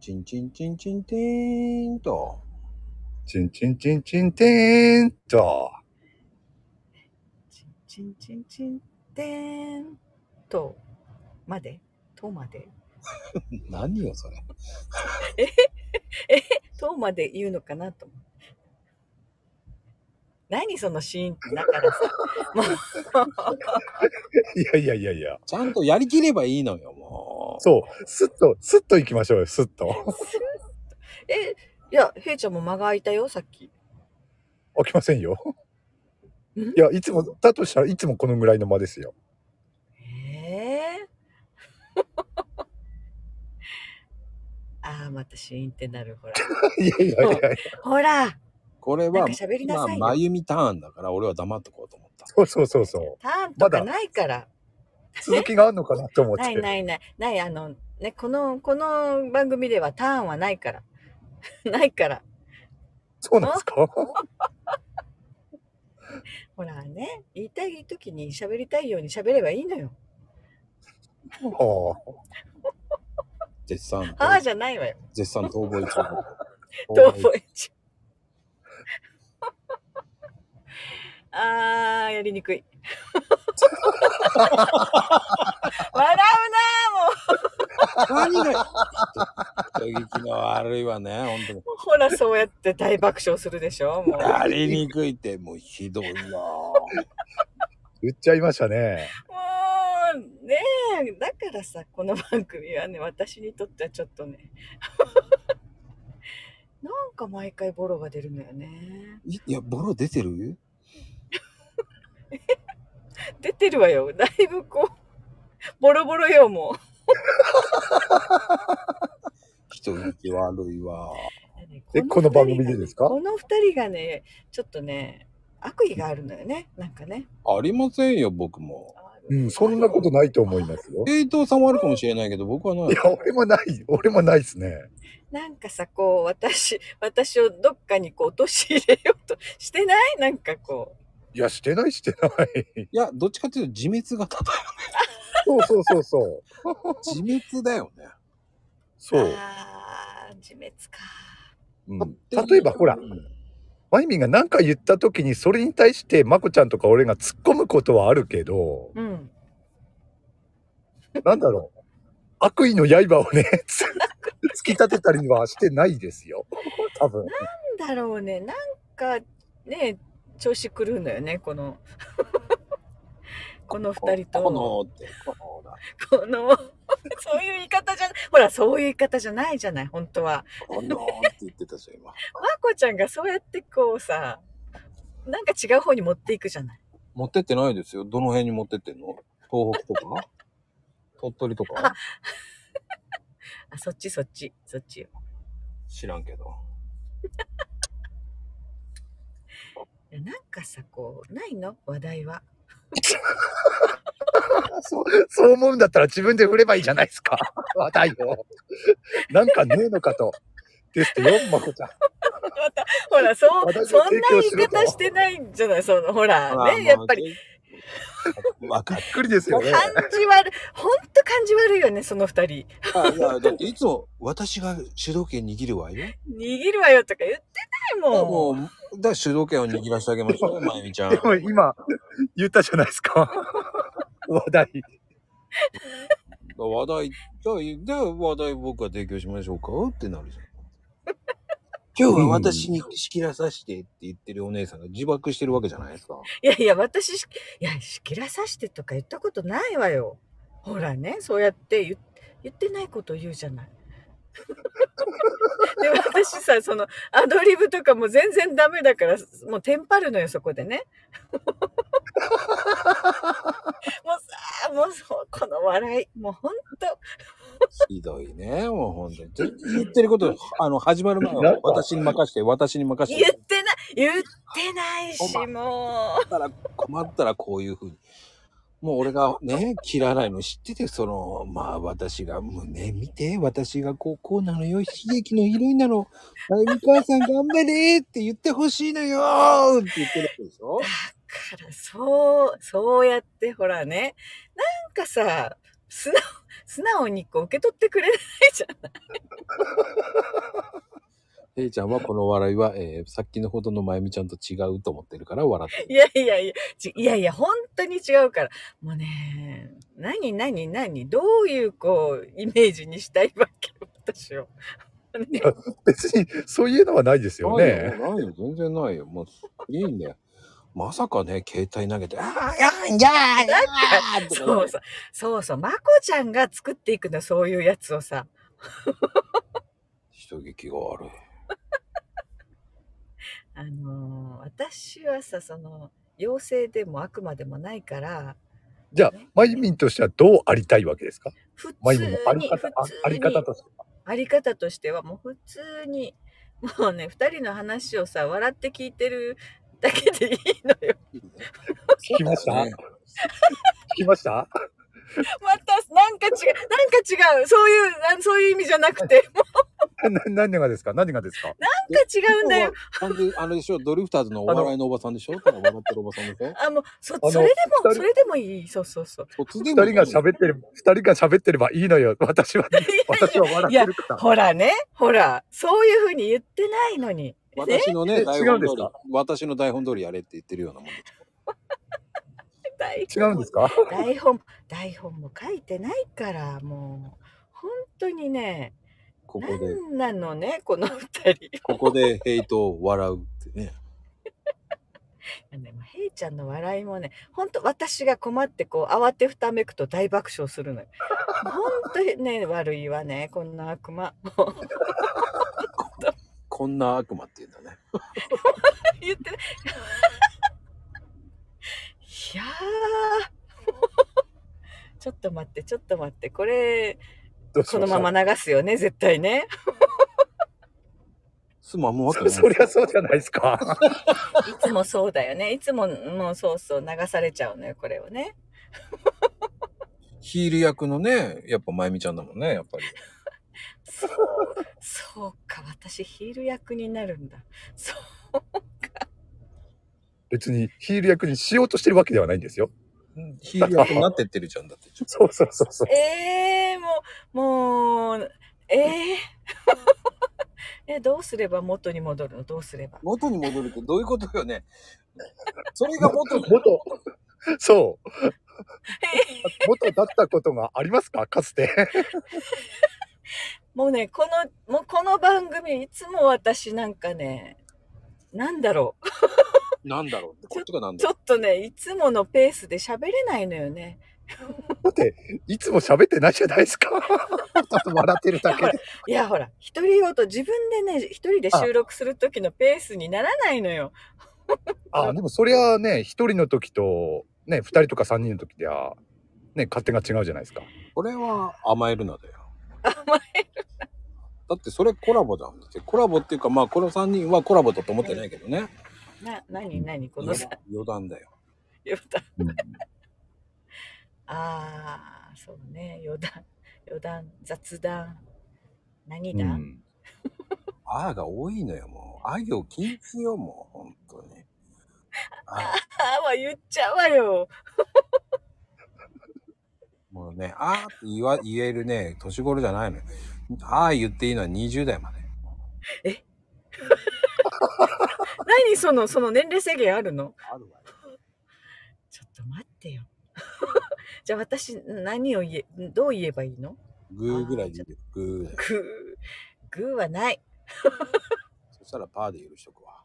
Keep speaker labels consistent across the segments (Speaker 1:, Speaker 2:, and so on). Speaker 1: チンチンチンチンティーンと。
Speaker 2: チンチンチンチンテーンと。
Speaker 3: チンチンチンチンてーんとまでとまで
Speaker 1: 何よ、それ。
Speaker 3: とまで言うのかなと思う何そのシーンってだからさ
Speaker 2: いやいやいやいや。
Speaker 1: ちゃんとやりきればいいのよ、もう。
Speaker 2: そう。すっと、すっと行きましょうよ、すっと。
Speaker 3: えいやへいちゃんも間が空いたよさっき
Speaker 2: 起きませんよ。
Speaker 3: ん
Speaker 2: いや、いつも、だとしたらいつもこのぐらいの間ですよ。
Speaker 3: ええああまたシーンってなるほら
Speaker 2: いやいやいやいや。
Speaker 3: ほら
Speaker 1: これ
Speaker 3: なん
Speaker 1: は
Speaker 3: か、喋りな
Speaker 1: まあ、
Speaker 3: さいよ、
Speaker 1: まゆみターンだから、俺は黙っとこうと思った。
Speaker 2: そうそうそうそう。
Speaker 3: ターンとかないから、
Speaker 2: 続きがあるのかなと思って。
Speaker 3: ないないないないあのねこのこの番組ではターンはないから ないから
Speaker 2: そうなんですか
Speaker 3: ほらね言いたい時に喋りたいように喋ればいいのよ
Speaker 2: はあ
Speaker 1: 絶賛、
Speaker 3: ああじゃないわよ
Speaker 1: 絶賛逃 亡
Speaker 3: と
Speaker 1: 中。
Speaker 3: 思えちゃうあーやりにくい笑
Speaker 1: 何が人聞きの悪いわね、本当に。
Speaker 3: うなほらそうやって大爆笑するでしょもう
Speaker 1: やりにくいって、もうひどいな
Speaker 2: 言っちゃいましたね。
Speaker 3: もうねえだからさこの番組はね私にとってはちょっとねなんか毎回ボロが出るのよね
Speaker 1: いいや、ボロ出てる
Speaker 3: 出てるわよだいぶこうボロボロよも
Speaker 1: 人聞き悪いわ。
Speaker 3: う
Speaker 2: えこの番組でですか
Speaker 3: この二人がねちょっとね悪意があるのよねなんかね
Speaker 1: ありませんよ、僕も。
Speaker 2: うん、そんなことないと思いますよ。
Speaker 1: 江藤さんはあるかもしれないけど、僕はない
Speaker 2: い。や、俺もない、俺もないですね。
Speaker 3: なんかさこう私私をどっかにこう陥れようとしてないなんかこう
Speaker 2: いや、してない、してない。
Speaker 1: いや、どっちかっていうと自滅型だよ。
Speaker 2: そうそうそうそう。
Speaker 1: 自滅だよね。
Speaker 2: そう。
Speaker 3: あー自滅か
Speaker 1: うん、
Speaker 2: 例えばほら
Speaker 1: うん
Speaker 2: マイミンが何か言った時に、それに対して、まこちゃんとか俺が突っ込むことはあるけど、
Speaker 3: うん
Speaker 2: なんだろう。悪意の刃を ね、つ突き立てたりはしてないですよ。多分。
Speaker 3: なんだろうねなんかね調子狂うのよねこの この二人と
Speaker 1: このって、このだ、
Speaker 3: このそういう言い方じゃほらそういう言い方じゃないじゃない本当は
Speaker 1: このって言ってたじゃん、今。
Speaker 3: まこちゃんがそうやってこうさなんか違う方に持っていくじゃない
Speaker 1: 持ってってないですよ。どの辺に持ってってんの東北と か鳥取とか
Speaker 3: あそっちそっちそっちよ
Speaker 1: 知らんけど。
Speaker 3: いやなんかさこうないの話題は
Speaker 2: そう、そう思うんだったら自分で振ればいいじゃな いですか。話題を。なんかねえのかと。ですってよ、まこちゃん。
Speaker 3: またほらそう
Speaker 2: 話題を
Speaker 3: そんな
Speaker 2: 提供
Speaker 3: 言い
Speaker 2: しろと
Speaker 3: 方してないんじゃないそのほら
Speaker 1: まあ
Speaker 3: ねやっぱり。
Speaker 1: まあわかっ
Speaker 2: びっくりです
Speaker 3: も
Speaker 2: よ
Speaker 3: う
Speaker 2: ね。
Speaker 3: 感じ悪いほんと感じ悪いよねその二人
Speaker 1: た。いや、だっていつも私が主導権握るわよ。
Speaker 3: 握るわよとか言ってないもん。
Speaker 1: もう、だから主導権を握らせてあげましょうよ、まゆみちゃん
Speaker 2: で。も今、言ったじゃないで すか。話題。
Speaker 1: 話題、じゃあ、じゃあ話題僕が提供しましょうかってなるじゃん。 今日は私に仕切らさせてって言ってるお姉さんが自爆してるわけじゃないですか。
Speaker 3: いやいや、私し、いや、仕切らさしてとか言ったことないわよ。ほらね、そうやって言っ言ってないこと言うじゃない。 で、私さ、そのアドリブとかも全然ダメだから、もうテンパるのよ、そこ でね。もうさ、もうそう、この笑い、もうほんと、
Speaker 1: ひどいね、もう本当に。言ってる こと、あの、始まる前
Speaker 2: なん
Speaker 1: は
Speaker 2: か
Speaker 1: 私に任して、私に任
Speaker 3: 言
Speaker 1: し。
Speaker 3: っててない、言ってないし、も
Speaker 1: 困っ
Speaker 3: う。
Speaker 1: たら、困ったらこういうふうに。もう俺がね、嫌いの知ってて、その、まあ私が、もうね、見て、私がこう、こうなのよ、悲劇のヒロインなの。あゆみ母さん頑張れって言ってほしいのよって言ってるわけでしょ
Speaker 3: だからそうそうやってほらねなんかさ素直素直にこう受け取ってくれないじゃん
Speaker 1: ヘイちゃんはこの笑いは、えーさっきのほどのまゆみちゃんと違うと思ってるから笑って
Speaker 3: いやいやいや、ちいやいや、本当に違うから。もうね、何何何どういうこう、イメージにしたいわけ 私を。ね
Speaker 2: 別にそういうのはないです
Speaker 1: る。
Speaker 2: よね。
Speaker 1: ないよ、ないよ、全然ないよ。もう、いいんだよ。まさかね、携帯投げて、ああ、やんやーやーとか
Speaker 3: そうそう。そうそう。まこちゃんが作っていくの、そういうやつをさ。
Speaker 1: 人聞きが悪い。
Speaker 3: あのー私はさ、その、妖精でも悪魔でもないから、
Speaker 2: じゃあ、まゆみんとしてはどうありたいわけですか
Speaker 3: 普
Speaker 2: ま
Speaker 3: 通
Speaker 2: ゆみんのあり
Speaker 3: に、
Speaker 2: 方、あ
Speaker 3: 普通
Speaker 2: あり方としては。
Speaker 3: あり方としてはもう普通に もうね2人の話をさ笑って聞いてるだけでいいのよ
Speaker 2: 聞きました
Speaker 1: ね
Speaker 2: 聞きました
Speaker 3: またなんか違うなんか違うそういうあそういう意味じゃなくてもう
Speaker 2: な何がですか何がですか
Speaker 3: なんか違うんだよ。
Speaker 1: 完全にあれでしょ、ドリフターズのお笑いのおばさんでしょ ただ笑ってるおばさんでしょ
Speaker 3: あもうそ
Speaker 2: の
Speaker 3: それで
Speaker 2: 二
Speaker 3: も
Speaker 2: 人
Speaker 3: それでもいいそうそうそう
Speaker 1: 突然
Speaker 2: 二人が喋ってる、二人が喋ってればいいのよ。 私は、私は笑ってるから。
Speaker 3: ほらねほらそういうふうに言ってないのにね
Speaker 1: 私の
Speaker 2: え
Speaker 1: ね、台
Speaker 2: 違うん
Speaker 1: 本
Speaker 2: で
Speaker 1: 通
Speaker 2: す
Speaker 1: り
Speaker 2: か、
Speaker 1: 私の台本通りやれって言ってるようなもんで
Speaker 3: 台
Speaker 2: 違うんですか
Speaker 3: 台本台本も書いてないからもう本当にね
Speaker 1: ここで、
Speaker 3: 何なのねこの2人
Speaker 1: ここでヘイトを笑うってね。
Speaker 3: あのね、まあヘイちゃんの笑いもね、本当私が困ってこう慌てふためくと大爆笑するのよ。本当ね、悪いわね、こんな悪魔。 もう
Speaker 1: こんな悪魔って言うんだね。
Speaker 3: 言ってない。いやー、ちょっと待って、ちょっと待って、これ、
Speaker 2: どうし
Speaker 3: こ
Speaker 2: ま
Speaker 3: の
Speaker 2: した
Speaker 3: まま流すよね、絶対ね。
Speaker 1: すまむわけ
Speaker 2: そ
Speaker 1: ない。
Speaker 2: そりゃそうじゃないですか。
Speaker 3: いつもそうだよね。いつも、もうそうそう、流されちゃうのよ、これをね。
Speaker 1: ヒール役のね、やっぱまゆみちゃんだもんね、やっぱり。
Speaker 3: そう、そうか、私ヒール役になるんだ。そう。
Speaker 2: 別にヒール役にしようとしてるわけではないんですよ。
Speaker 1: ヒール役になってってるじゃんだっ て。
Speaker 2: そうそうそうそう。
Speaker 3: ええもう、もう、ええ え、どうすれば元に戻るのどうすれば。
Speaker 1: 元に戻るってどういうことよね。それが元に。
Speaker 2: 元、そう。元だったことがありますかかつて。
Speaker 3: もうね、この、もうこの番組、いつも私なんかね、なんだろ
Speaker 1: なんだろうって。こっちがなん
Speaker 3: う。
Speaker 1: だ
Speaker 3: ちょ
Speaker 1: ろ
Speaker 3: っとね、いつものペースで喋れないのよね。
Speaker 2: だって、いつも喋ってないじゃないですか。ただ笑ってるだけで。
Speaker 3: いや、ほら、独り言、自分でね、一人で収録する時のペースにならないのよ。
Speaker 2: あ、でもそりゃね、一人の時と、ね、二人とか三人の時では、ね、勝手が違うじゃないですか。
Speaker 1: う。これは甘えるなだよ。だってそれコラボだもんだって。コラボっていうか、まあこの3人はコラボだと思ってないけどね。
Speaker 3: な、なになにこの
Speaker 1: 余
Speaker 3: さ、
Speaker 1: 余談だよ。
Speaker 3: 言った
Speaker 1: うん
Speaker 3: ああ、そうね、余談、余談、雑談。何
Speaker 1: う
Speaker 3: だ、
Speaker 1: ん。あーが多いのよ、もう。あ行禁止よ、もう。本当に。あ
Speaker 3: ああは言っちゃうわよ。
Speaker 1: もうね、あーって言わ言えるね、年頃じゃないのよ。あー言っていいのは20代まで。
Speaker 3: 何その、その年齢制限あるの
Speaker 1: あるわよ。
Speaker 3: ちょっと待ってよ。 じゃあ私、何を言え、どう言えばいいの
Speaker 1: グーぐらいでいいよ。グーだよ。
Speaker 3: グー、グーはない。
Speaker 1: そしたらパーで許しとくわ。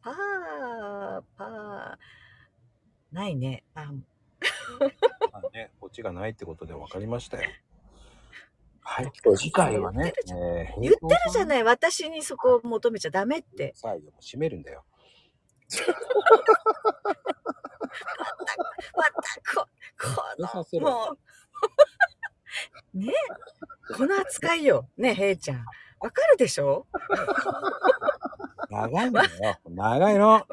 Speaker 3: パー、パー、ないね。パーも
Speaker 1: まあね、オチがないってことで分かりましたよ。はい
Speaker 2: そう、です
Speaker 1: 次回はね、
Speaker 3: 言ってるじゃ
Speaker 1: い。
Speaker 3: ない。私にそこを求めちゃダメって。
Speaker 1: 最後も締めるんだよ。
Speaker 3: またこ、こ
Speaker 1: 出させ
Speaker 3: の、
Speaker 1: ろ。
Speaker 3: もう。 ねえこの扱いよ。ねえ、ヘイちゃん。わかるでしょ
Speaker 1: 長いのよ。長いの。